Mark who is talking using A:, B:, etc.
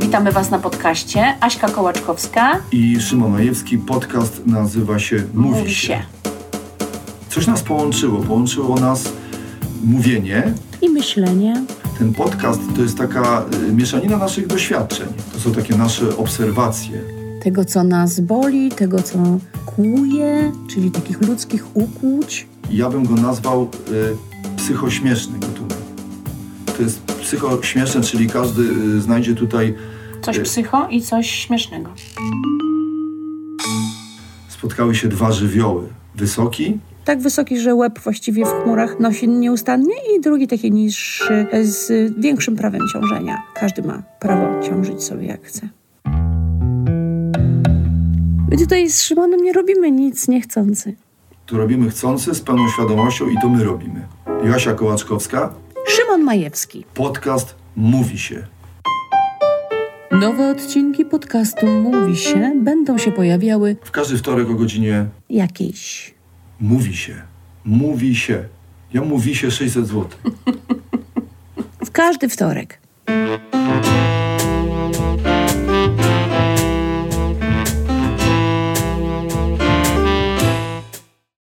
A: Witamy Was na podcaście. Aśka Kołaczkowska.
B: I Szymon Majewski, podcast nazywa się Mówi, się. Coś nas połączyło, połączyło nas mówienie.
C: i myślenie.
B: Ten podcast to jest taka y, mieszanina naszych doświadczeń. To są takie nasze obserwacje.
C: Tego, co nas boli, tego, co kłuje, czyli takich ludzkich ukłuć.
B: Ja bym go nazwał y, psychośmieszny gatunek. To jest psychośmieszne, czyli każdy y, znajdzie tutaj
A: Coś
B: Y-
A: psycho i coś śmiesznego.
B: spotkały się dwa żywioły. Wysoki
C: Tak wysoki, że łeb właściwie w chmurach nosi nieustannie i drugi taki niższy z większym prawem ciążenia. Każdy ma prawo ciążyć sobie jak chce. My tutaj z Szymonem nie robimy nic niechcący.
B: to robimy chcący, z pełną świadomością i to my robimy. Joasia Kołaczkowska,
C: Szymon Majewski.
B: podcast Mówi się.
C: Nowe odcinki podcastu Mówi się będą się pojawiały
B: W każdy wtorek o godzinie
C: jakiejś
B: Mówi się. Mówi się. Ja mówi się 600 zł.
C: W każdy wtorek.